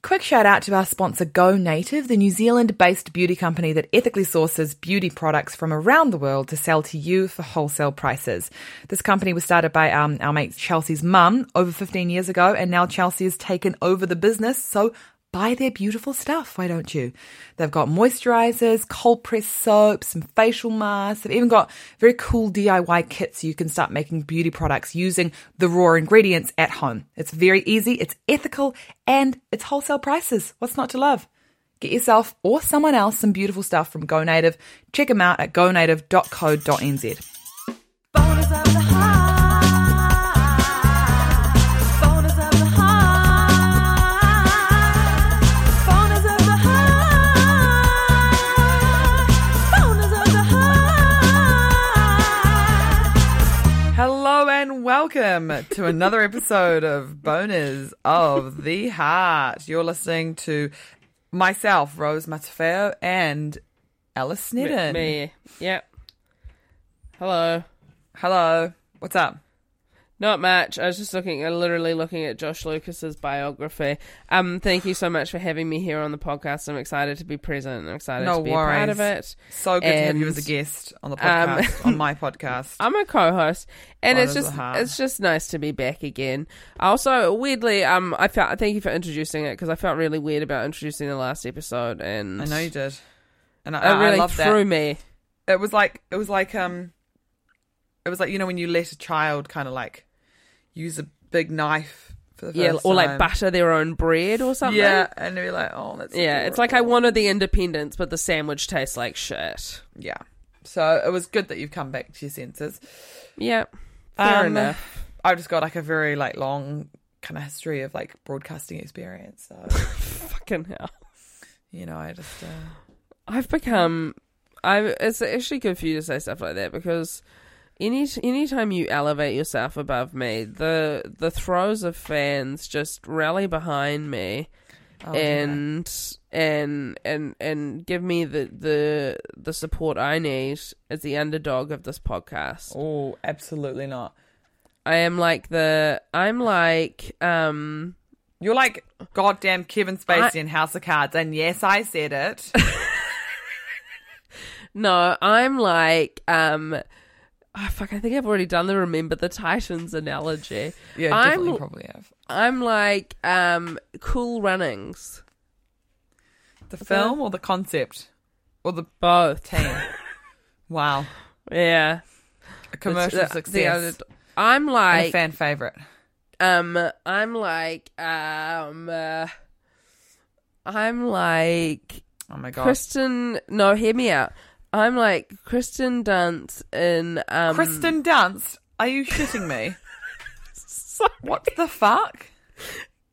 Quick shout out to our sponsor Go Native, the New Zealand based beauty company that ethically sources beauty products from around the world to sell to you for wholesale prices. This company was started by um, our mate Chelsea's mum over 15 years ago, and now Chelsea has taken over the business. So buy their beautiful stuff, why don't you? They've got moisturizers, cold pressed soaps, some facial masks. They've even got very cool DIY kits so you can start making beauty products using the raw ingredients at home. It's very easy, it's ethical, and it's wholesale prices. What's not to love? Get yourself or someone else some beautiful stuff from Go Native. Check them out at gonative.co.nz. Hello and welcome to another episode of Boners of the Heart. You're listening to myself, Rose Matafeo, and Alice Sneddon. Me. Yep. Hello. Hello. What's up? Not much. I was just looking, uh, literally looking at Josh Lucas's biography. Um, thank you so much for having me here on the podcast. I'm excited to be present. I'm excited No to be a part worries. of it. So good to have you as a guest on the um, podcast, on my podcast. I'm a co-host, and Oh, it's those are just hard. it's just nice to be back again. Also, weirdly, um, I felt thank you for introducing it because I felt really weird about introducing the last episode, and I know you did, and I, It I really love that. threw me. It was like it was like um, it was like you know when you let a child kind of like use a big knife for the first Yeah, or like time. butter their own bread or something. Yeah, and you're like, oh, that's Yeah, it's like I adorable. wanted the independence, but the sandwich tastes like shit. Yeah, so it was good that you've come back to your senses. Yeah, fair Um, enough. I've just got like a very like long kind of history of like broadcasting experience, so Fucking hell. you know, I just uh, I've become. I. It's actually good for you to say stuff like that because any anytime you elevate yourself above me, the the throes of fans just rally behind me oh, yeah. and and and and give me the the the support I need as the underdog of this podcast. oh, absolutely not. I am like the. I'm like um. You're like goddamn Kevin Spacey I- in House of Cards, and yes, I said it. No, I'm like, um, oh, fuck, I think I've already done the remember the Titans analogy. yeah, definitely, I'm, probably have I'm like, um, cool runnings, the film or the concept or the both. team. wow, Yeah, a commercial uh, The- the- the success, other- I'm and a like, fan favorite. um, I'm like, um, uh, I'm like Oh my god, Kristen. No, hear me out. I'm like Kristen Dunst in um, Kristen Dunst, are you shitting me? Sorry. what the fuck?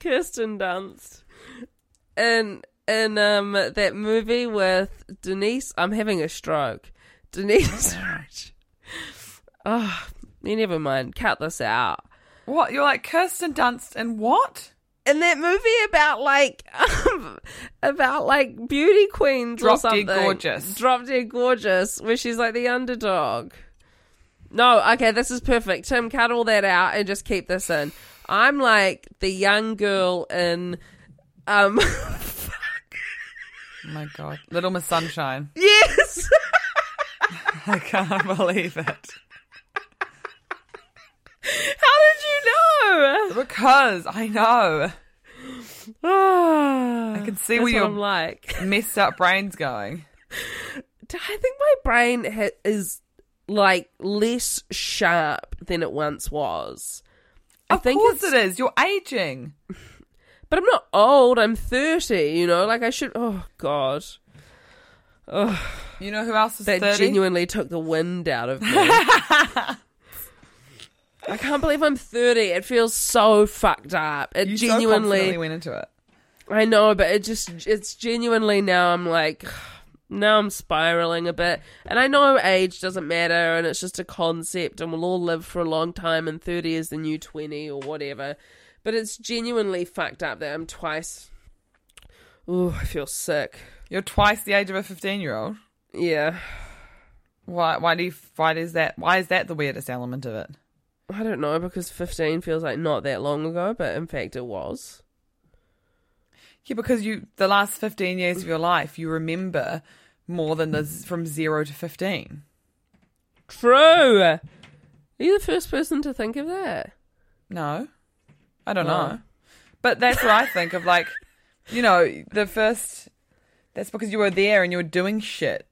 Kirsten Dunst in in um that movie with Denise. I'm having a stroke. Denise. oh, you never mind. Cut this out. What you're like Kirsten Dunst and what? In that movie about like um, about like beauty queens or Drop Dead something. Gorgeous. Drop Dead Gorgeous, where she's like the underdog. No, okay, this is perfect. Tim, cut all that out and just keep this in. I'm like the young girl in um Oh my god, Little Miss Sunshine. Yes. I can't believe it. How did you know? Because I know I can see Ah. That's where what you're- I'm like. messed up brains going. I think my brain ha- is like less sharp than it once was. I of think course it's- it is. You're aging. But I'm not old. I'm 30. You know, like I should. Oh God, You know who else is that 30? genuinely took the wind out of me. I can't believe I'm 30. It feels so fucked up. It You so genuinely confidently went into it. I know, but it just it's genuinely now I'm like now I'm spiraling a bit. And I know age doesn't matter and it's just a concept and we'll all live for a long time and 30 is the new 20 or whatever. But it's genuinely fucked up that I'm twice Ooh, I feel sick. You're twice the age of a 15 year old. Yeah. Why? Why do you? Why is that? Why is that the weirdest element of it? I don't know because 15 feels like not that long ago, but in fact it was. Yeah, because you the last 15 years of your life, you remember more than the z- from zero to 15. True. Are you the first person to think of that? No, I don't Oh. know, but that's what I think of. Like, you know, the first. That's because you were there and you were doing shit.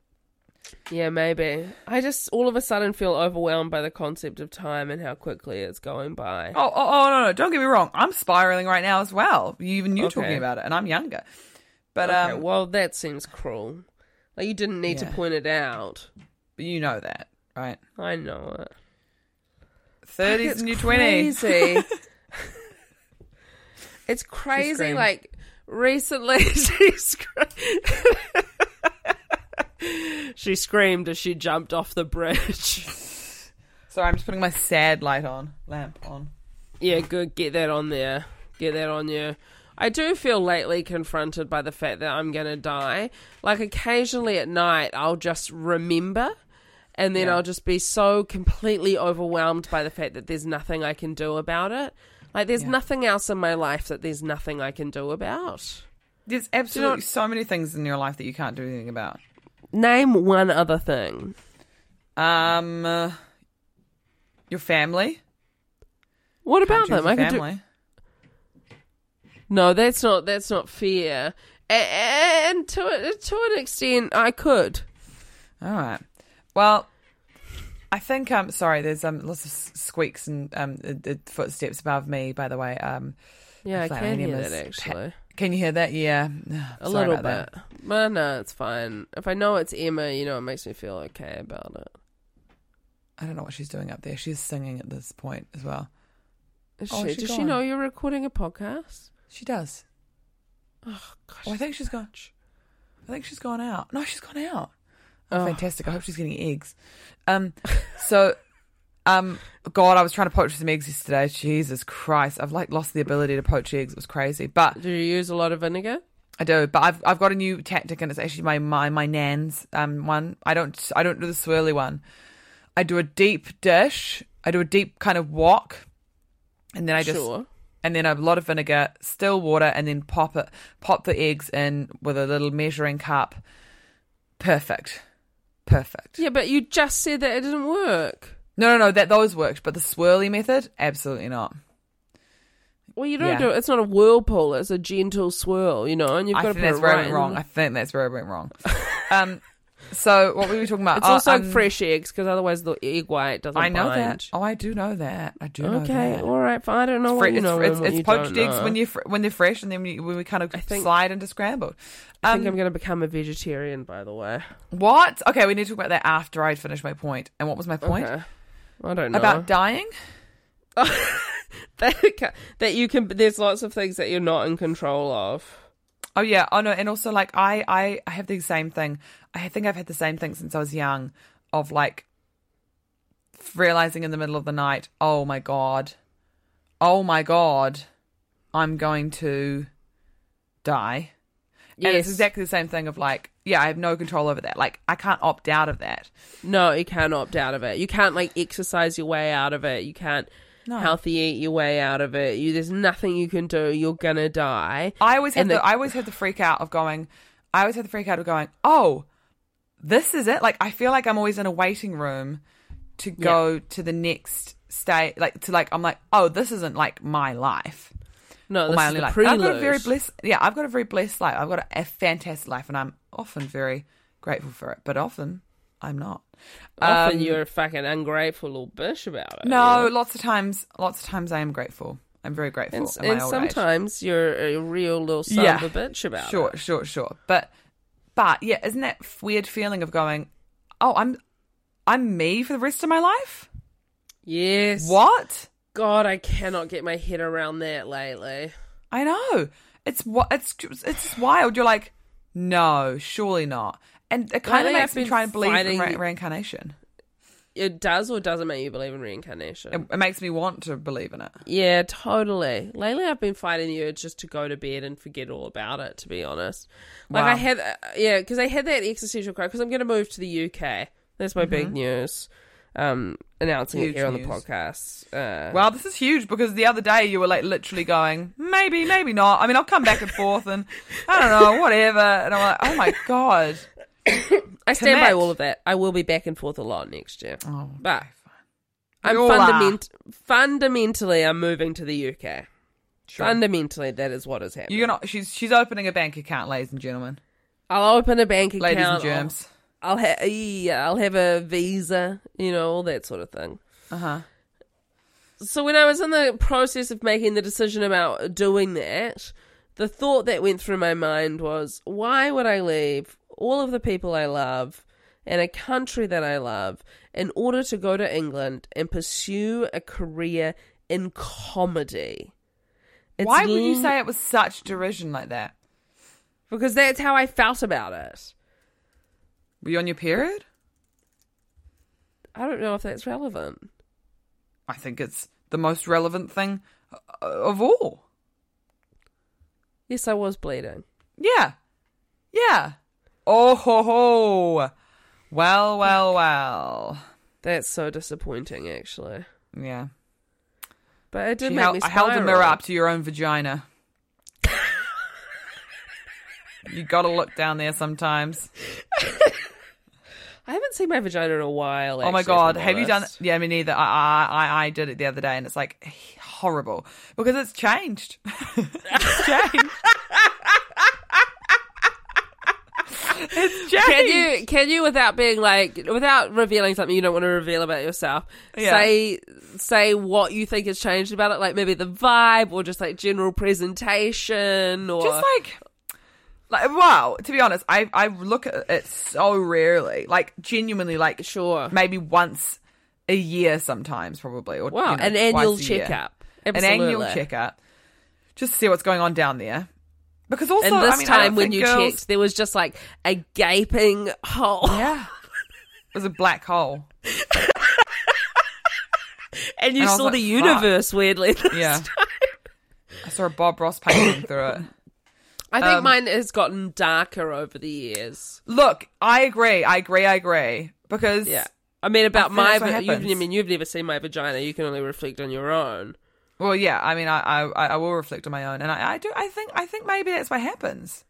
Yeah, maybe. I just all of a sudden feel overwhelmed by the concept of time and how quickly it's going by. Oh, oh, oh no, no! Don't get me wrong. I'm spiraling right now as well. You even you Okay. talking about it, and I'm younger. But Okay, um, well, that seems cruel. Like you didn't need Yeah. to point it out. you know that, right? I know it. 30s It's and your 20s. crazy. it's crazy. screamed. Like recently, she screamed. she screamed as she jumped off the bridge. Sorry, I'm just putting my sad light on, lamp on. Yeah, good. Get that on there. Get that on you. I do feel lately confronted by the fact that I'm going to die. Like, occasionally at night, I'll just remember, and then Yeah. I'll just be so completely overwhelmed by the fact that there's nothing I can do about it. Like, there's nothing else in my life that there's nothing I can do about. There's absolutely so many things in your life that you can't do anything about. Name one other thing. Um, uh, your family. What Can't about choose them? your I can do. family. No, that's not. That's not fair. A- And to a- to an extent, I could. All right. Well, I think I'm sorry. There's um lots of s- squeaks and um the, the footsteps above me. By the way, um, Yeah, I Flat can hear enemas. that actually. can you hear that? Yeah, A Sorry little about that. bit. But no, it's fine. If I know it's Emma, you know, it makes me feel okay about it. I don't know what she's doing up there. She's singing at this point as well. Is Oh, she, is she does she gone? know you're recording a podcast? She does. Oh, gosh. Oh, I think she's gone. I think she's gone out. No, she's gone out. Oh, Oh. fantastic! I hope she's getting eggs. Um, so, um, God, I was trying to poach some eggs yesterday. Jesus Christ, I've like lost the ability to poach eggs. It was crazy, but Do you use a lot of vinegar? I do. But I've I've got a new tactic, and it's actually my my my nan's um one. I don't I don't do the swirly one. I do a deep dish. I do a deep kind of wok, and then I just sure. and then a lot of vinegar, still water, and then pop it, pop the eggs in with a little measuring cup. Perfect, perfect. Yeah, but you just said that it didn't work. No, no, no. That those worked, but the swirly method, absolutely not. Well, you don't Yeah. do it. It's not a whirlpool. It's a gentle swirl, you know, and you've I got think to put that's it where right I went wrong. in. I think that's where I went wrong. um, so what were we talking about? It's Oh, also um, fresh eggs because otherwise the egg white doesn't I know bind. that. Oh, I do know that. I do know okay, that. all right, fine. I don't know Fre- what you it's, know. it's, and what it's you don't poached eggs know. when you fr- when they're fresh, and then when, you, when we kind of I think- slide into scrambled. I Um, think I'm going to become a vegetarian, by the way. what? Okay, we need to talk about that after I'd finished my point. And what was my point Okay. I don't know. about dying? that, that you can, there's lots of things that you're not in control of. Oh yeah. Oh no. And also, like, I, I, I have the same thing. I think I've had the same thing since I was young, of like realizing in the middle of the night, oh my god, oh my god, I'm going to die. And it's exactly the same thing of like, yeah, I have no control over that. Like, I can't opt out of that. No, you can't opt out of it. You can't like exercise your way out of it. You can't No. healthy eat your way out of it. You, there's nothing you can do. You're gonna die. I always have And the, the- I always have the freak out of going. I always have the freak out of going. Oh, this is it. Like I feel like I'm always in a waiting room to go to the next state. Like to like I'm like oh this isn't like my life. No, or Oh, this my is only the life. And prelude. I've got a very blessed. Yeah, I've got a very blessed life. I've got a, a fantastic life, and I'm often very grateful for it. But often I'm not. Often Um, you're a fucking ungrateful little bitch about it. No, you know? lots of times, lots of times I am grateful. I'm very grateful. and, in my and old age. sometimes you're a real little son Yeah. of a bitch about sure, it. Sure, sure, But but yeah, isn't that f- weird feeling of going, oh, I'm I'm me for the rest of my life? Yes. What? God, I cannot get my head around that lately. I know. It's what it's it's just wild. You're like, no, surely not. And it kind of Lately, makes I've me been try and believe in fighting- re- reincarnation. It does or doesn't make you believe in reincarnation. It, it makes me want to believe in it. Yeah, totally. Lately, I've been fighting the urge just to go to bed and forget all about it. To be honest, like Wow. I had, uh, yeah, because I had that existential crisis. Because I'm going to move to the UK. That's my big news. Um, announcing Mm-hmm. Huge it here on the news. podcast. Uh, Wow, this is huge because the other day you were like literally going, maybe, maybe not. I mean, I'll come back and forth and I don't know, whatever. And I'm like, oh my God. I stand by commit. all of that. I will be back and forth a lot next year. Oh, but I'm We all are. fundament- fundamentally, I'm moving to the UK. Fundamentally, that is what is happening. You're not, she's, she's opening a bank account, ladies and gentlemen, I'll open a bank account. ladies and I'll- germs. I'll have yeah, I'll have a visa, you know, all that sort of thing. Uh huh. So when I was in the process of making the decision about doing that, the thought that went through my mind was, why would I leave all of the people I love and a country that I love in order to go to England and pursue a career in comedy? It's Why would you lit- say it was such derision like that? Because that's how I felt about it. Were you on your period? I don't know if that's relevant. I think it's the most relevant thing uh, of all. Yes, I was bleeding. Yeah. Yeah. Oh ho ho. Well, well, well. That's so disappointing, actually. Yeah. But it did She make held, me I held a mirror spiral. up to your own vagina. you gotta look down there sometimes. I haven't seen my vagina in a while. oh actually, my if god, I'm have you done? honest. Yeah, me neither. I, I I I did it the other day, and it's like horrible because it's changed. it's changed. it's changed. Can you can you without being like without revealing something you don't want to reveal about yourself? Yeah. Say say what you think has changed about it, like maybe the vibe or just like general presentation or just like like wow to be honest i i look at it so rarely like genuinely like Sure. maybe once a year sometimes probably or Wow, you know, an annual twice a year. checkup. an annual Absolutely. checkup just to see what's going on down there because also And this I mean, I time don't when think you girls- checked, there was just like a gaping hole, yeah it was a black hole and And you I was saw like, the "Fuck." universe weirdly. this yeah i saw a bob ross painting through it I think Um, mine has gotten darker over the years. look i agree i agree i agree because Yeah. I mean, about think my. that's what va- You've, I happens. mean, you've never seen my vagina. You can only reflect on your own. Well, yeah. I mean, I I, I will reflect on my own, and I, I do. I think I think maybe that's what happens.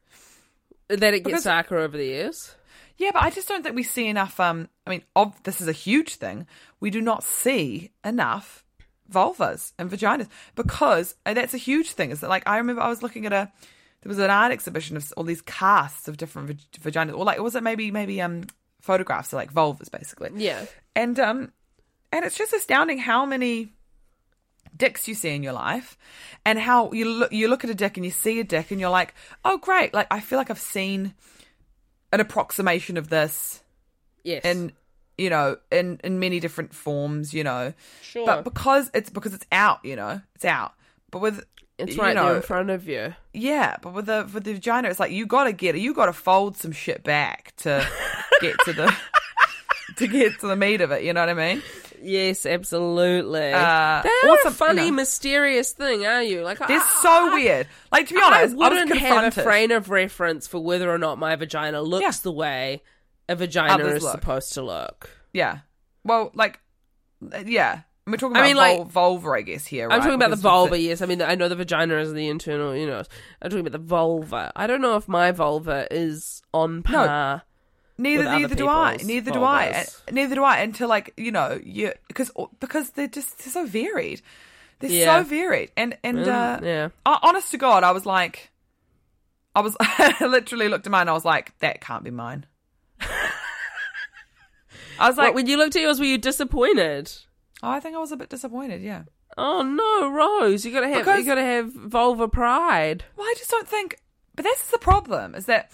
That it gets Because- darker over the years. Yeah, but I just don't think we see enough. Um, I mean, of this is a huge thing. We do not see enough vulvas and vaginas because and that's a huge thing. Is that like I remember I was looking at a there was an art exhibition of all these casts of different vag- vaginas, or like was it maybe maybe um photographs of like vulvas basically. Yeah. and um and it's just astounding how many dicks you see in your life and how you look you look at a dick and you see a dick and you're like oh great like i feel like i've seen an approximation of this Yes. in you know in in many different forms you know sure. but because it's because it's out you know it's out but with it's you right know, there in front of you. yeah, but with the with the vagina, it's like you gotta get it. You gotta fold some shit back to get to the to get to the meat of it. You know what I mean? Yes, absolutely. Uh, they or are a some- funny, you know. mysterious thing, are you? Like, They're I, so weird. Like to be honest, I, I wouldn't was have confronted. a frame of reference for whether or not my vagina looks Yeah. the way a vagina Others is look. supposed to look. Yeah. Well, like, yeah. We're talking I about mean, like- vul- vulva, I guess. Here, I'm right? talking about the Because vulva, it's yes. I mean, I know the vagina is the internal, you know. I'm talking about the vulva. I don't know if my vulva is on par. Neither, with other neither do I. people's Oh, Neither do I. vulvas. And- Neither do I. Until like you know, you because because they're just they're so varied. They're Yeah. so varied, and and Mm, uh, yeah. ho- honest to God, I was like, I was I literally looked at mine. I was like, that can't be mine. I was Like, like, when you looked at yours, were you disappointed? oh, I think I was a bit disappointed. Yeah. Oh no, Rose! You gotta have you Because- gotta have vulva pride. Well, I just don't think. But that's the problem is that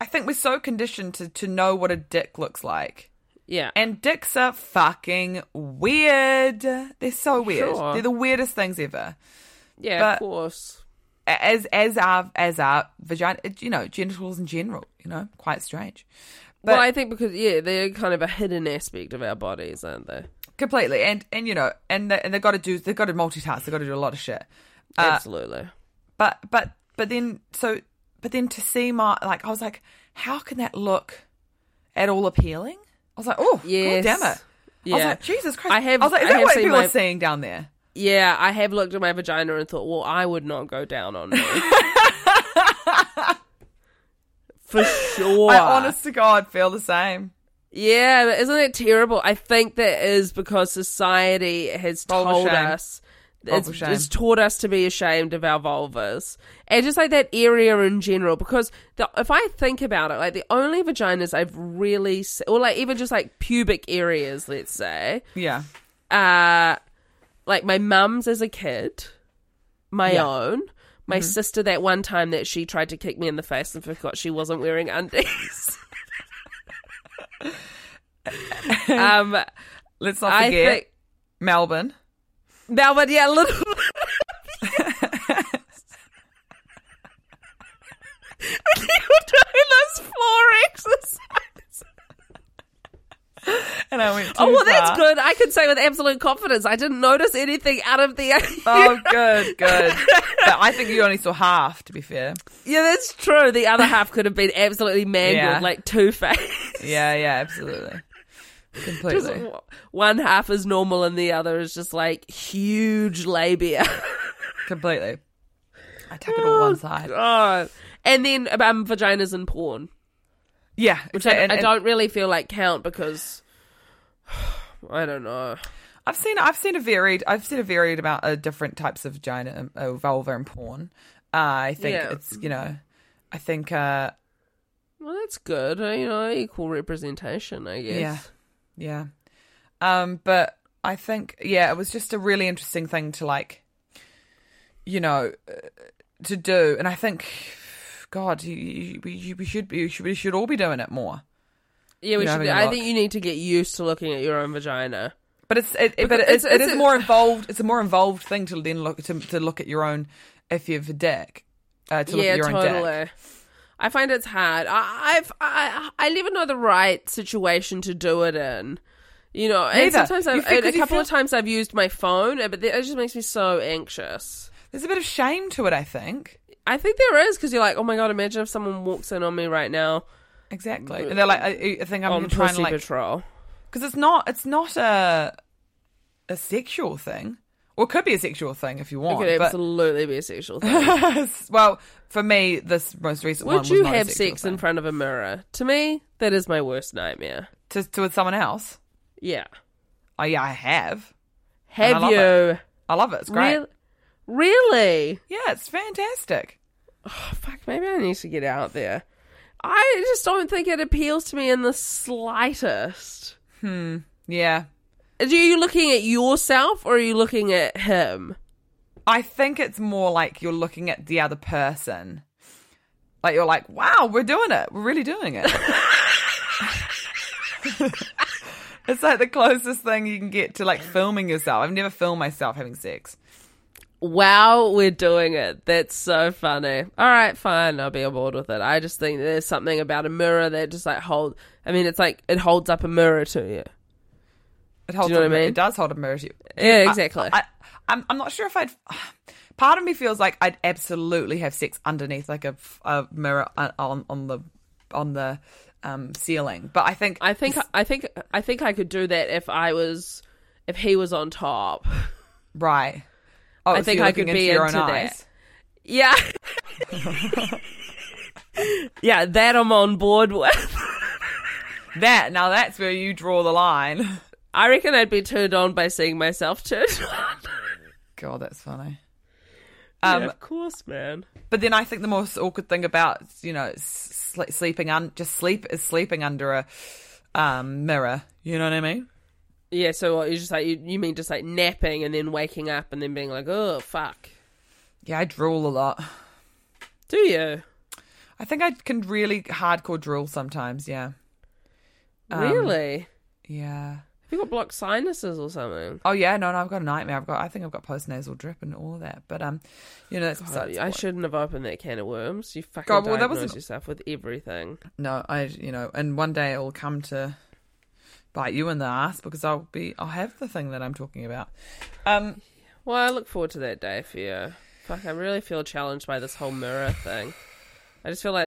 I think we're so conditioned to to know what a dick looks like Yeah. And dicks are fucking weird. They're so weird. Sure. They're the weirdest things ever. yeah, but- of course. As as are as are vagina, you know, genitals in general. You know, quite strange. well, I think because yeah, they're kind of a hidden aspect of our bodies, aren't they? Completely, and and you know, and they, and they got to do, they got to multitask, they got to do a lot of shit. Uh, Uh, Absolutely. But but but then so but then to see my like, I was like, how can that look at all appealing? I was like, oh, Yes. god damn it! I was Yeah. like, Jesus Christ! I have- I was like, is I that have what seen people my- are seeing down there? Yeah, I have looked at my vagina and thought, well, I would not go down on me. For sure. I honest to God feel the same. Yeah, but isn't it terrible? I think that is because society has Vulva told shame. us. Vulva It's, shame. it's taught us to be ashamed of our vulvas and just like that area in general. Because the, if I think about it, like the only vaginas I've really, se- or like even just like pubic areas, let's say, Yeah, uh, like my mum's as a kid, my Yeah. Mm-hmm. own, my sister that one time that she tried to kick me in the face and forgot she wasn't wearing undies. um, let's not I forget think Melbourne. Melbourne, yeah, a little. When you were doing those floor exercises. And I went. Too Oh well, far. that's good. I can say with absolute confidence, I didn't notice anything out of the. Oh, good, good. but I think you only saw half, to be fair. Yeah, that's true. The other half could have been absolutely mangled, Yeah. like Two Face. Yeah, yeah, absolutely, Just completely. w- one half is normal, and the other is just like huge labia. Completely. I tuck it all one side. Oh, God. And then um, vaginas and porn, Yeah, which I, exactly. And- I and don't really feel like count because I don't know. I've seen. I've seen a varied. I've seen a varied amount of different types of vagina, uh, vulva, and porn. Uh, I think Yeah. it's you know, I think uh, Well, that's good. uh, You know, equal representation, I guess. Yeah. Yeah. Um, but I think, yeah, it was just a really interesting thing to like, you know, uh, to do. And I think, God, you, you, you, we should be, you should, we should all be doing it more. Yeah, we You're having should. do- a I look. think you need to get used to looking at your own vagina. But it's, it, it- but Because it's, it's- it it's is a- more involved. It's a more involved thing to then look to, to look at your own if you've a dick. Uh, to look at your own dick. I find it's hard. I, I've I I never know the right situation to do it in. You know, and Neither. sometimes You I've, feel- and a 'cause you couple of feel- times I've used my phone, uh, but it just makes me so anxious. There's a bit of shame to it, I think. I think there is because you're like, oh my god, imagine if someone walks in on me right now Exactly. And they're like, I, I think I'm on gonna try and pussy like patrol. because it's not it's not a a sexual thing. Well, it could be a sexual thing if you It want. could but absolutely be a sexual thing. well, for me, this most recent one Would was you not a have sexual sex thing. in front of a mirror? To me, that is my worst nightmare. to, to with someone else? Yeah. Oh yeah, I have. I Have love you? it. I love it. It's great. Real- really? Yeah, it's fantastic. fuck, maybe I need to get out there. I just don't think it appeals to me in the slightest. Yeah, Are you looking at yourself or are you looking at him? I think it's more like you're looking at the other person. Like you're like, wow, we're doing it. We're really doing it. it's like the closest thing you can get to like filming yourself. I've never filmed myself having sex. Wow, we're doing it. That's so funny. All right, fine. I'll be on board with it. I just think there's something about a mirror that just like hold. I mean, it's like it holds up a mirror to you. It holds Do you know a what I mir- mean? It does hold a mirror to you. Yeah, exactly. I, I'm, I'm not sure if I'd. Part of me feels like I'd absolutely have sex underneath like a, f- a mirror on- on on the on the um, ceiling, but I think I think I think I think I could do that if I was if he was on top. right. Oh, I so think you're I looking could be into your into own that. eyes. Yeah. yeah, that I'm on board with. That now that's where you draw the line. I reckon I'd be turned on by seeing myself turned on. God, that's funny. Um, of course, man. But then I think the most awkward thing about you know sl- sleeping un- just sleep is sleeping under a um, mirror. You know what I mean? Yeah, so what, you just like you, you mean just like napping and then waking up and then being like, oh fuck, Yeah, I drool a lot. do you I think I can really hardcore drool sometimes. Yeah, really? Yeah. You got blocked sinuses or something. Oh yeah, no, no, I've got a nightmare. I've got, I think I've got postnasal drip and all of that. But um, you know, that's God, besides. I what- shouldn't have opened that can of worms. You fucking God, well, that diagnose wasn't- yourself with everything. No, I, you know, and one day it'll come to bite you in the ass because I'll be, I'll have the thing that I'm talking about. Um, Well, I look forward to that day for you. Fuck, I really feel challenged by this whole mirror thing. I just feel like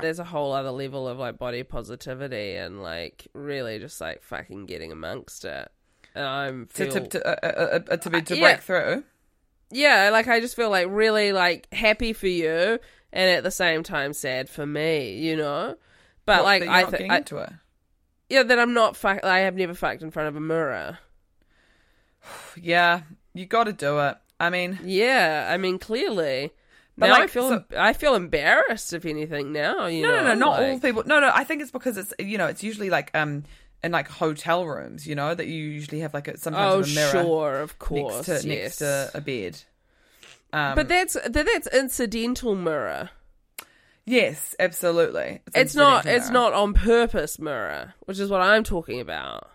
there's a whole other level of like body positivity and like really just like fucking getting amongst it. And I'm to feel, to to, uh, uh, uh, to, be, to Yeah. break through. yeah, like I just feel like really like happy for you and at the same time sad for me, you know. But What, like that you're I not think getting into it. yeah that I'm not fuck I have never fucked in front of a mirror. Yeah, you got to do it. I mean, Yeah, I mean clearly. But, now I like, feel so- I feel embarrassed if anything now. You no, know, no, no, not like- all people. No, no, I think it's because it's you know, it's usually like um in like hotel rooms, you know, that you usually have like a sometimes Oh, a mirror sure, of course, next to yes. next to a bed. Um, but that's that- that's incidental mirror. yes, absolutely. It's not. incidental It's mirror. not on purpose mirror, which is what I'm talking about.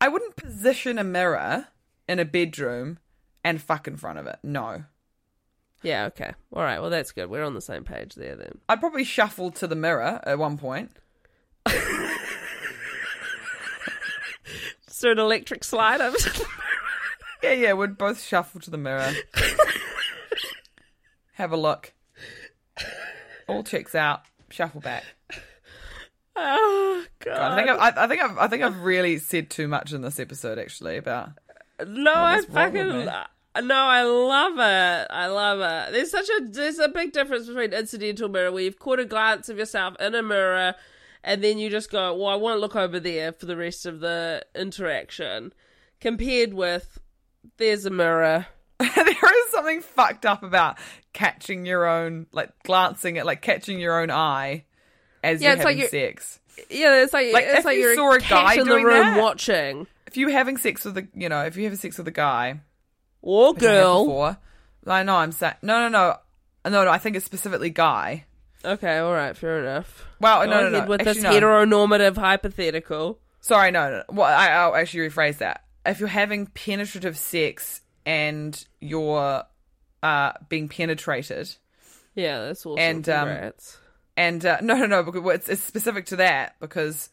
I wouldn't position a mirror in a bedroom and fuck in front of it. No. Yeah. Okay. All right. Well, that's good. We're on the same page there then. I'd probably shuffle to the mirror at one point. So an electric slide. I'm Yeah, yeah, we'd both shuffle to the mirror. Have a look. All checks out. Shuffle back. oh I God. think I've, I, I think I've, I think I've really said too much in this episode. Actually, about no, I what's wrong with fucking. me? lo- No, I love it. I love it. There's such a there's a big difference between incidental mirror where you've caught a glance of yourself in a mirror, and then you just go, "Well, I won't look over there for the rest of the interaction," compared with there's a mirror. there is something fucked up about catching your own, like glancing at, like catching your own eye as Yeah, you're it's like having sex. Yeah, it's like, Like, it's if like you you are saw a guy in the doing room that- watching If you're having sex with a, you know, if you have sex with a guy, or which I have girl. before, I know I'm saying no, no, no, no, no. I think it's specifically guy. Okay, all right, fair enough. Well, Go Oh, no, no, ahead no. with Actually, this no. heteronormative hypothetical. Sorry, no, no. Well, I, I'll actually rephrase that. If you're having penetrative sex and you're uh, being penetrated, Yeah, that's awesome. And, um, Congrats. and uh, no, no, no, because well, it's, it's specific to that because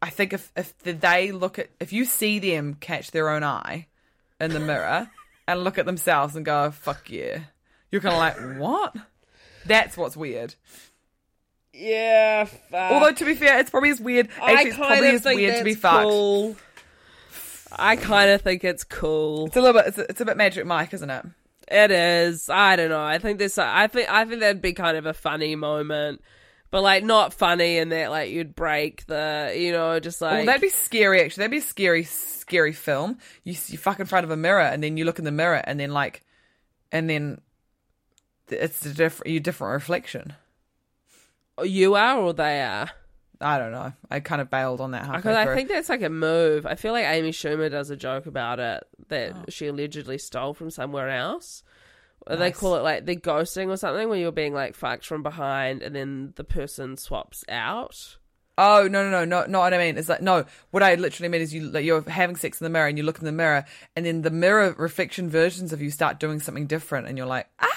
I think if if the, they look at if you see them catch their own eye in the mirror and look at themselves and go fuck yeah, you're kind of like what? That's what's weird. yeah, fuck. Although to be fair, it's probably as weird. Actually, it's probably as weird to be fucked. cool. I kind of think it's cool. It's a little bit. It's a, it's a bit Magic Mike, isn't it? It is. I don't know. I think this. I think. I think that'd be kind of a funny moment, but like not funny in that like you'd break the. You know, just like Well, that'd be scary. Actually, that'd be a scary, scary film. You s- you fuck in front of a mirror, and then you look in the mirror, and then like, and then th- it's a different, you different reflection. you are or they are. I don't know. I kind of bailed on that halfway Because I through. think that's like a move. I feel like Amy Schumer does a joke about it that Oh. she allegedly stole from somewhere else. Or They call it like the ghosting or something, where you're being like fucked from behind, and then the person swaps out. oh no no no no not what I mean. It's like no. What I literally mean is you like, you're having sex in the mirror, and you look in the mirror, and then the mirror reflection versions of you start doing something different, and you're like, ah,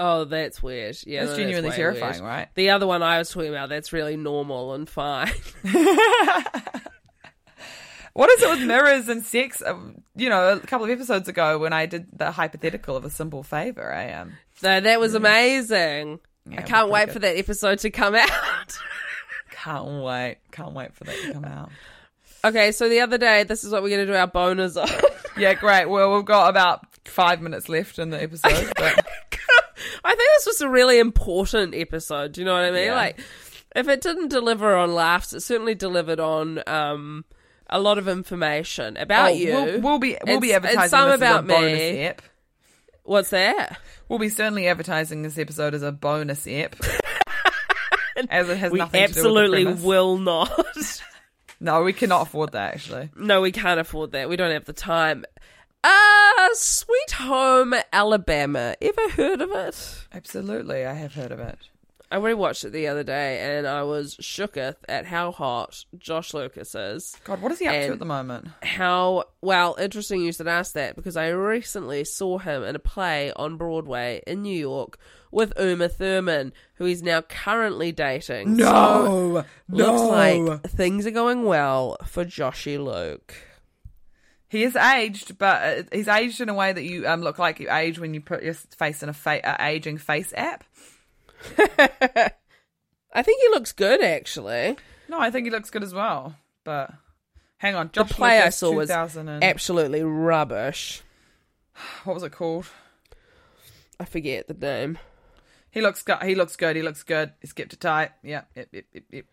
Oh, that's weird. Yeah, That's no, genuinely way terrifying, weird. right? The other one I was talking about, that's really normal and fine. what is it with mirrors and sex? Um, You know, a couple of episodes ago when I did the hypothetical of a simple favor, I um. no, that was amazing. I can't pretty wait good. for that episode to come out. Can't wait. Can't wait for that to come out. okay, so the other day, this is what we're going to do our bonus on. Yeah, great. Well, we've got about five minutes left in the episode. But I think this was a really important episode. Do you know what I mean? Like, if it didn't deliver on laughs, it certainly delivered on um, a lot of information about Oh, you. We'll, we'll be we'll And- be and advertising some this as about a bonus me. ep. What's that? We'll be certainly advertising this episode as a bonus ep. as it has We nothing absolutely to do with the premise. will not. No, we cannot afford that actually. no, we can't afford that. We don't have the time. Ah, Sweet Home Alabama. Ever heard of it? Absolutely, I have heard of it. I rewatched it the other day and I was shooketh at how hot Josh Lucas is. God, what is he up And- to at the moment? How well interesting you should ask that because I recently saw him in a play on Broadway in New York with Uma Thurman, who he's now currently dating. So, looks like things are going well for Joshy Luke. He is aged, but uh, he's aged in a way that you um, look like you age when you put your face in a fa- uh, aging face app. I think he looks good actually. No, I think he looks good as well. But hang on, The Josh play I Lucas, saw was 2000 and- absolutely rubbish. what was it called? I forget the name. He looks good. He looks good. He looks good. He's kept it tight. Yeah. Yep, yep, yep, yep.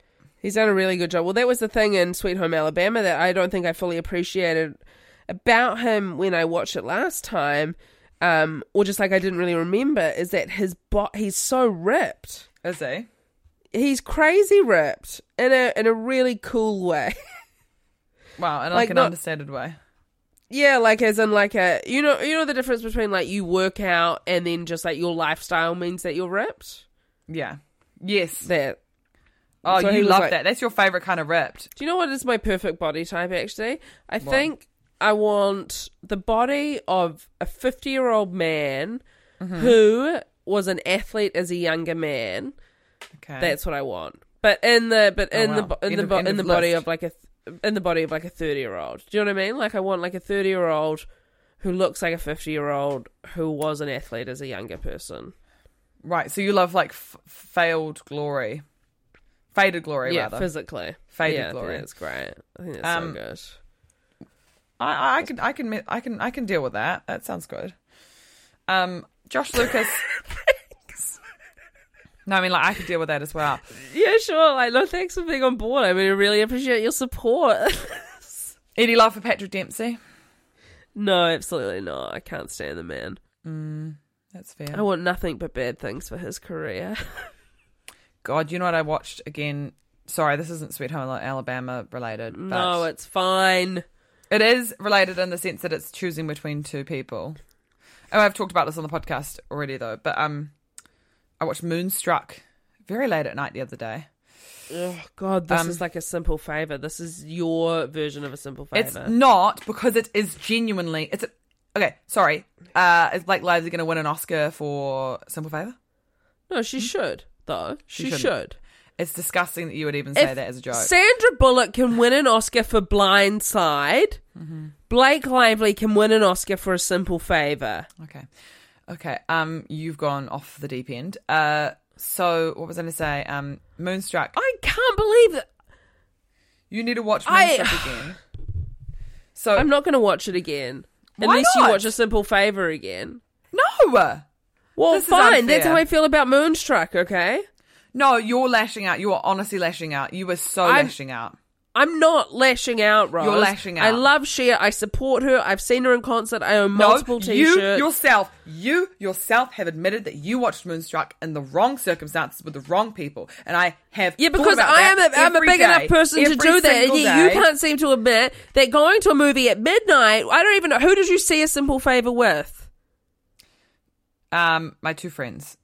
He's done a really good job. Well, that was the thing in Sweet Home Alabama that I don't think I fully appreciated about him when I watched it last time, um, or just like I didn't really remember, is that his bo- he's so ripped. Is he? He's crazy ripped in a in a really cool way. Wow. And Like, like an not- understated way. yeah, like as in like a you know you know the difference between like you work out and then just like your lifestyle means that you're ripped. Yeah. Yes. That Oh, So he you was love like- that. That's your favorite kind of ripped. Do you know what is my perfect body type actually? I think I want the body of a 50 year old man Mm-hmm. who was an athlete as a younger man. Okay. That's what I want. But in the but Oh, in the wow. bo- in End the of- bo- end in of the body list. of like a th- in the body of like a 30 year old. Do you know what I mean? Like I want like a 30 year old who looks like a 50 year old who was an athlete as a younger person. right. So you love like f- failed glory, faded glory yeah, rather. physically. Faded yeah, I glory. think that's great. I think that's so Um, good. I, I can I can I can I can deal with that. That sounds good. Um, Josh Lucas. no, I mean like I could deal with that as well. Yeah, sure. Like, no, thanks for being on board. I mean, I really appreciate your support. Any love for Patrick Dempsey? no, absolutely not. I can't stand the man. That's fair. I want nothing but bad things for his career. God, you know what I watched again? Sorry, this isn't Sweet Home Alabama related. no, but Oh, it's fine. it is related in the sense that it's choosing between two people. Oh, I've talked about this on the podcast already, though. But um, I watched Moonstruck very late at night the other day. Oh God, this Um, is like a simple favor. This is your version of a simple favor. It's not because it is genuinely. It's a, okay. Sorry. Uh, is Blake Lively going to win an Oscar for Simple Favor? no, she should though. She, shouldn't. should. It's disgusting that you would even say If that as a joke. Sandra Bullock can win an Oscar for Blindside. Mm-hmm. Blake Lively can win an Oscar for a simple favor. okay. Okay. Um, you've gone off the deep end. Uh, so what was I going to say? Um, Moonstruck. I can't believe that. you need to watch I- Moonstruck again. So I'm not going to watch it again. Oh. Why Unless not? you watch A Simple Favor again. no. Well, This is fine. That's unfair. how I feel about Moonstruck, okay? No, you're lashing out. You are honestly lashing out. You were so I'm- lashing out. I'm not lashing out, Rose. You're lashing I out. love Cher. I support her. I've seen her in concert. I own multiple no, t-shirts. You yourself, you yourself have admitted that you watched Moonstruck in the wrong circumstances with the wrong people, and I have. yeah, thought because about I am that a, I'm a every big enough day, person to every do that, and single yet you day. can't seem to admit that going to a movie at midnight. I don't even know who did you see a simple favor with. Um, my two friends,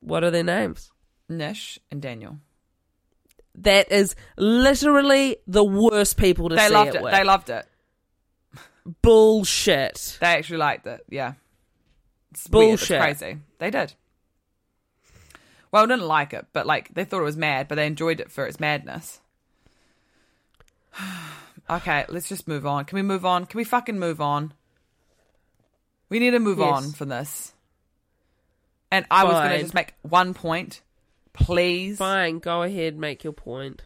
What are their names? Nish and Daniel, That is literally the worst people to they see loved it it. with. They loved it. bullshit. They actually liked it. Yeah, it's Bullshit. Weird. It's crazy. They did. Well, didn't like it, but like they thought it was mad, but they enjoyed it for its madness. okay, let's just move on. Can we move on? Can we fucking move on? We need to move Yes. on from this. And I was going Fine. to just make one point, please. Fine, go ahead, make your point.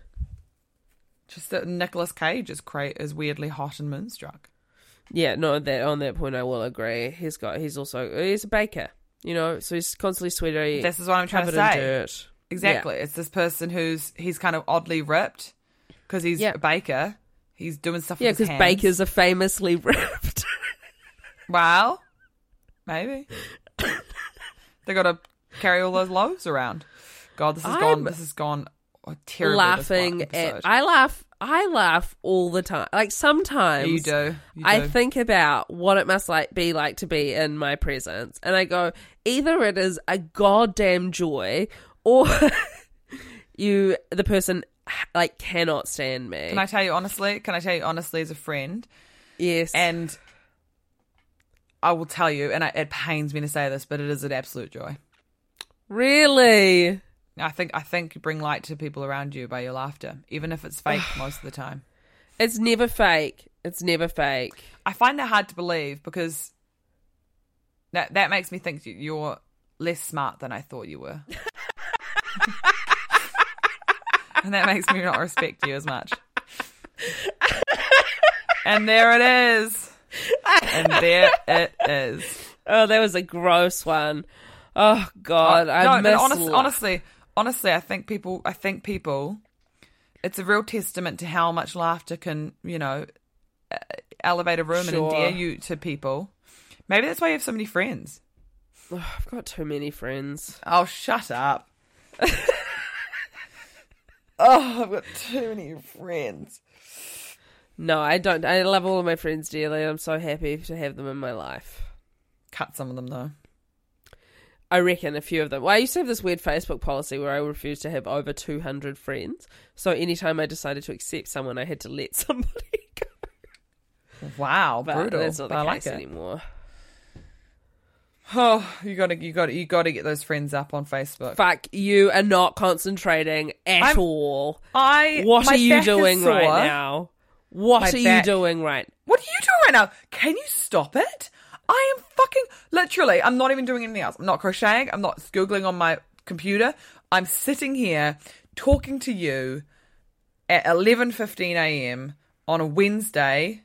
Just that Nicolas Cage is cra- is weirdly hot and moonstruck. Yeah, no, that on that point I will agree. He's got he's also he's a baker. You know, so he's constantly sweaty. This is what I'm trying to covered in say. dirt. Exactly. It's this person who's he's kind of oddly ripped because he's Yeah. a baker. He's doing stuff. Yeah, with his because hands. bakers are famously ripped. Well, maybe they got to carry all those loaves around. God, this is gone. I'm This is gone. Oh, terrible. laughing This at at, I laugh I laugh all the time. Like sometimes You do. You I do. think about what it must like be like to be in my presence and I go either it is a goddamn joy or you the person like cannot stand me. Can I tell you honestly? Can I tell you honestly as a friend? yes. And I will tell you, and I, it pains me to say this, but it is an absolute joy. really I think I think you bring light to people around you by your laughter, even if it's fake most of the time. it's never fake. It's never fake. I find that hard to believe because that that makes me think you- you're less smart than I thought you were, and that makes me not respect you as much. And there it is. And there it is. Oh, that was a gross one. Oh god, no, I but miss honest- la- honestly, honestly, I think people, I think people, it's a real testament to how much laughter can, you know, uh, elevate a room Sure. and endear you to people. Maybe that's why you have so many friends. Oh, I've got too many friends. Oh, shut up. oh, I've got too many friends. No, I don't. I love all of my friends dearly. I'm so happy to have them in my life. Cut some of them though. I reckon a few of them. Well, I used to have this weird Facebook policy where I refused to have over 200 friends. So anytime I decided to accept someone, I had to let somebody go. Wow, But brutal. that's not the But I case like it. anymore. Oh, you gotta, you gotta, you gotta get those friends up on Facebook. Fuck, you are not concentrating at I'm- all. I. What my are you back is doing sore. right now? What My are back- you doing right What are you doing right now? Can you stop it? I am fucking literally. I'm not even doing anything else. I'm not crocheting. I'm not googling on my computer. I'm sitting here talking to you at 11:15 a.m. on a Wednesday.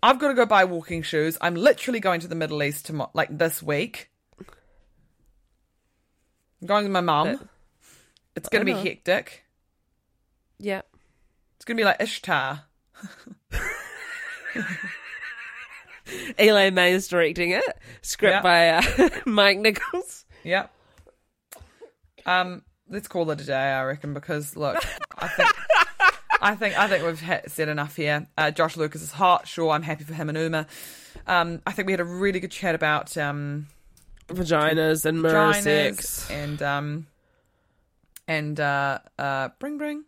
I've got to go buy walking shoes. I'm literally going to the Middle East tomorrow, like this week. I'm going with my mum. That- It's going to I know. be hectic. Yeah. It's going to be like Ishtar. Eli May is directing it. Yeah. Script by uh, Mike Nichols. Yep. Um, let's call it a day, I reckon, because look, I think, I think, I think we've ha- said enough here. Uh, Josh Lucas is hot. Sure, I'm happy for him and Uma. Um, I think we had a really good chat about um, Vaginas and mirror vaginas sex. and um, and uh, uh, bring bring.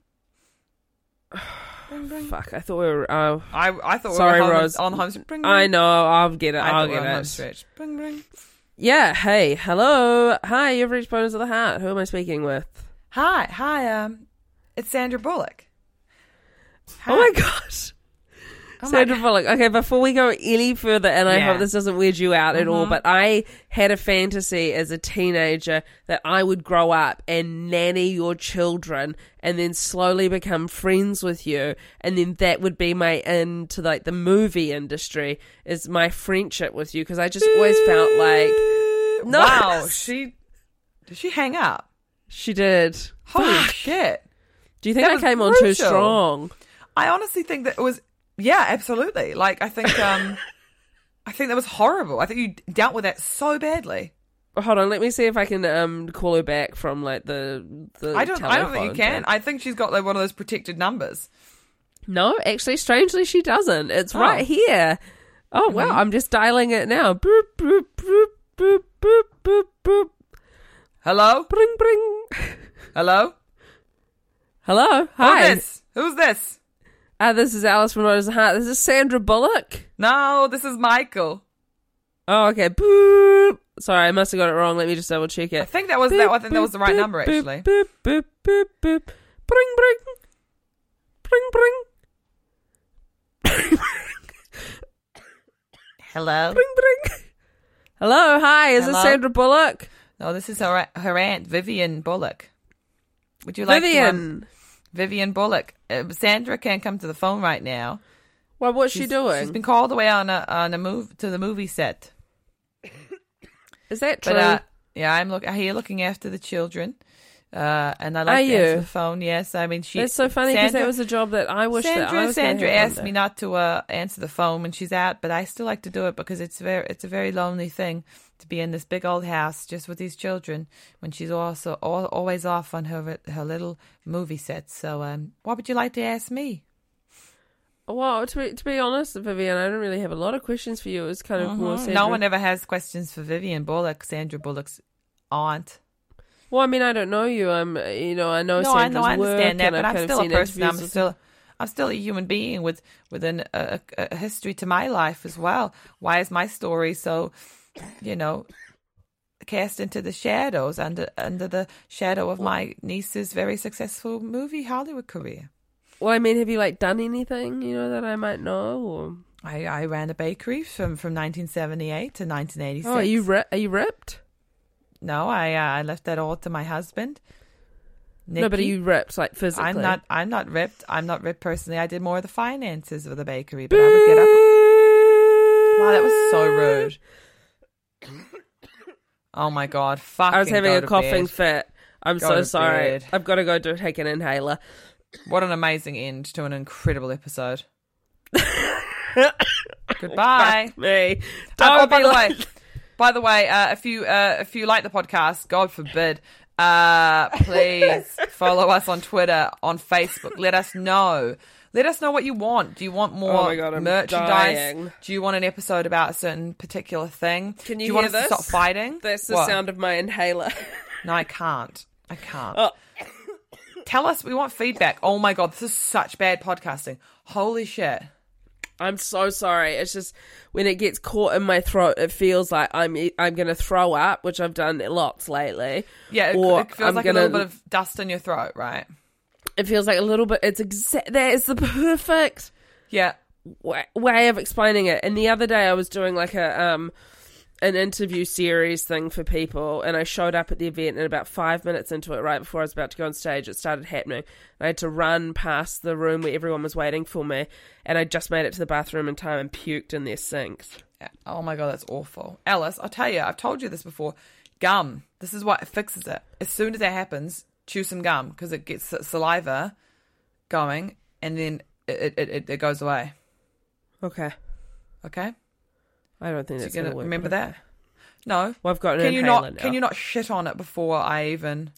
Fuck, I thought we were. Oh, I I thought Sorry, we were home- Rose. on home stretch. Bring, bring. I know. I'll get it. Mm. I I'll thought we were get on home it. stretch. Bring bring. Yeah. Hey. Hello. Hi. You've reached Bonus of the Heart. Who am I speaking with? Hi hi um, it's Sandra Bullock. Oh Ah. my gosh. Sandra Bullock. Okay, before we go any further, and I Oh Yeah. Mm-hmm. hope this doesn't weird you out at all, but I had a fantasy as a teenager that I would grow up and nanny your children and then slowly become friends with you. And then that would be my end to like the movie industry is my friendship with you because I just always felt like. Mm. No. Wow, she did she hang up? She did. Holy shit. Do you think That I was came on too brutal. strong? I honestly think that it was yeah, absolutely. Like I think um I think that was horrible. I think you dealt with that so badly. Hold on, let me see if I can um call her back from like the the. I don't I don't think you telephone can. thing. I think she's got like one of those protected numbers. No, actually, strangely, she doesn't. It's Oh. right here. Oh wow, I'm just dialing it now. Boop boop boop boop boop boop boop. Hello? Bring bring. Hello? Hello, Who's hi. Oh, this? Who's this? Uh, this is Alice from Rose Heart. This is Sandra Bullock. No, this is Michael. Oh, okay. Boop. Sorry, I must have got it wrong. Let me just double check it. I think that was that I think that was the right boop, number boop, actually. Boop, boop, boop, boop. Bring, bring. Bring, bring. Hello? Bring, bring. Hello, hi. Is this Hello? Sandra Bullock? No, this is her her aunt Vivian Bullock. Would you like to um, Vivian. Vivian Bullock. Uh, Sandra can't come to the phone right now. Well, what's she She's- doing? She's been called away on a on a move to the movie set. Is that true? But uh, Yeah, I'm look. Here looking after the children, uh, and I like Are to answer you? the phone. Yes, I mean she. That's so funny because that Sandra- was a job that I wish that I Sandra, was gonna Sandra have one asked day. me not to uh, answer the phone when she's out, but I still like to do it because it's very it's a very lonely thing to be in this big old house just with these children when she's also all, always off on her her little movie set. So, um, what would you like to ask me? Well, to be, to be honest, Vivian, I don't really have a lot of questions for you. It was kind of more Sandra. Mm-hmm. No one ever has questions for Vivian Bullock, Sandra Bullock's aunt. Well, I mean, I don't know you. I'm, uh, you know, I know no, I Sandra's know I understand work, that, and but I've I'm kind of still a seen person. I'm interviews with- still, I'm still a human being with with an, a, a a history to my life as well. Why is my story so, you know, cast into the shadows under under the shadow of my niece's very successful movie Hollywood career? Well, I mean, have you like done anything you know that I might know? Or... I, I ran a bakery from, from 1978 to 1986. Oh, are you ri- are you ripped? no, I uh, I left that all to my husband. No, but are Nicky. you ripped like physically? I'm not. I'm not ripped. I'm not ripped personally. I did more of the finances of the bakery, but I would get up. Wow, that was so rude. Oh my god! Fucking. I was having go a to coughing bed. fit. I'm Go so to sorry. bed. I've got to go to take an inhaler. What an amazing end to an incredible episode. Goodbye. Me. Um, Don't oh, by be the like- way, by the way, uh, if you uh, if you like the podcast, God forbid, uh, please follow us on Twitter, on Facebook. Let us know. Let us know what you want. Do you want more Oh my God, I'm merchandise? dying. Do you want an episode about a certain particular thing? Can Do you you want hear us to this? stop fighting? That's the What? sound of Oh. my inhaler. No, I can't. I can't. Tell us. We want feedback. Oh my god, this is such bad podcasting. Holy shit. I'm so sorry. It's just when it gets caught in my throat, it feels like I'm e, I'm gonna throw up, which I've done lots lately. Yeah, it, Or it feels I'm like gonna- a little bit of dust in your throat, right? It feels like a little bit. It's exact. That is the perfect Yeah. wa- way of explaining it. And the other day, I was doing like a um an interview series thing for people, and I showed up at the event, and about five minutes into it, right before I was about to go on stage, it started happening. And I had to run past the room where everyone was waiting for me, and I just made it to the bathroom in time and puked in their sinks. Oh my god, that's awful. Alice, I'll tell you, I've told you this before. Gum. This is what fixes it. As soon as that happens, chew some gum because it gets the saliva going and then it, it, it, it goes away. Okay. Okay? I don't think So that's you gonna, gonna work. remember but that? okay. No. Well, I've got an can you inhaler not now. can you not shit on it before I even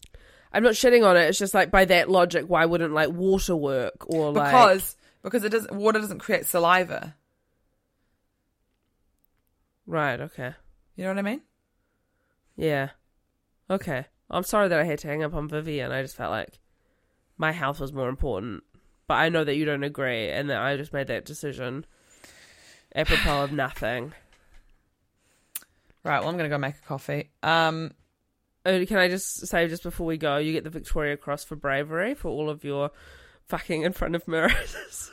I'm not shitting on it. It's just like by that logic, why wouldn't like water work or like because because it doesn't water doesn't create saliva. right? Okay, You know what I mean? yeah, okay. I'm sorry that I had to hang up on Vivian. I just felt like my health was more important, but I know that you don't agree, and that I just made that decision apropos of nothing. Right, well I'm gonna go make a coffee. Um Oh, Can I just say just before we go, you get the Victoria Cross for bravery for all of your fucking in front of mirrors.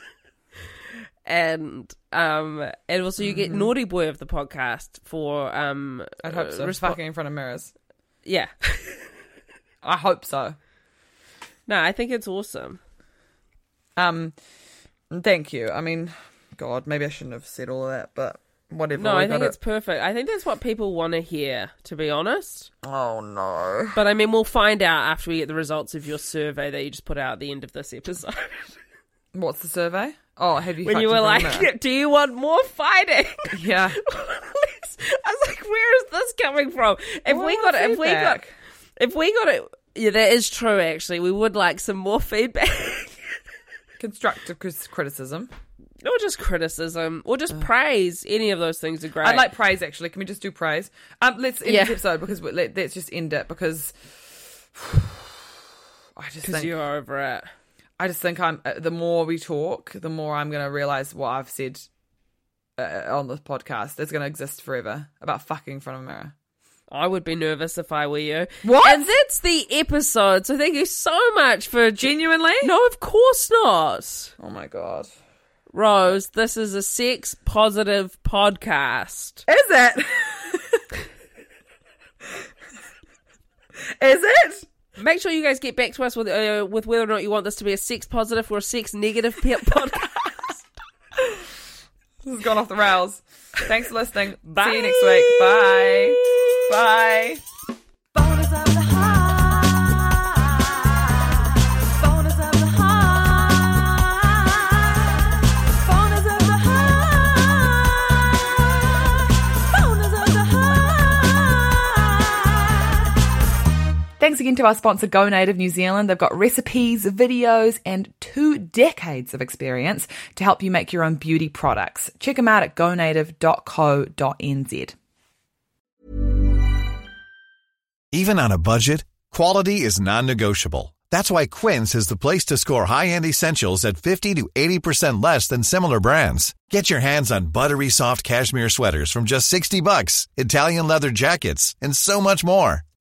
and um and also you get naughty boy of the podcast for um I'd hope so. uh, Just respo- fucking in front of mirrors. yeah I hope so. no i think it's awesome Um, thank you. I mean, God, maybe I shouldn't have said all of that, but whatever. no we i think got it's perfect i think that's what people want to hear to be honest it. Oh no. but i mean we'll find out after we get the results of your survey that you just put out at the end of this episode What's the survey? Oh, have you? when fucked you in were front like of a mirror? do you want more fighting yeah. I was like, where is this coming from? If Well, we I got want it, if we got, feedback. if we got it, yeah, that is true. Actually, we would like some more feedback, Constructive cris- criticism. or just criticism, or just praise. Any of those things are great. I'd like praise. Actually, can we just do praise? Um, let's end Yeah. this episode because we, let, let's just end it because I just because think you're over it. I just think I'm. uh, The more we talk, the more I'm going to realize what I've said uh, on this podcast. That's going to exist forever about fucking in front of a mirror. I would be nervous if I were you. What? And that's the episode. So thank you so much for Genuinely? No, of course not, Oh my god. Rose. This is a sex positive podcast. Is it? Is it? Make sure you guys get back to us with uh, with whether or not you want this to be a sex positive or a sex negative pe- podcast. This has gone off the rails. Thanks for listening. See you next week. Bye. Bye. Bonus of the heart. Bonus of the heart. Bonus of the heart. Bonus of the heart. Thanks again to our sponsor, Go Native New Zealand. They've got recipes, videos, and two decades of experience to help you make your own beauty products. Check them out at gonative.co.nz. Even on a budget, quality is non-negotiable. That's why Quince is the place to score high-end essentials at 50 to 80% less than similar brands. Get your hands on buttery soft cashmere sweaters from just 60 bucks, Italian leather jackets, and so much more.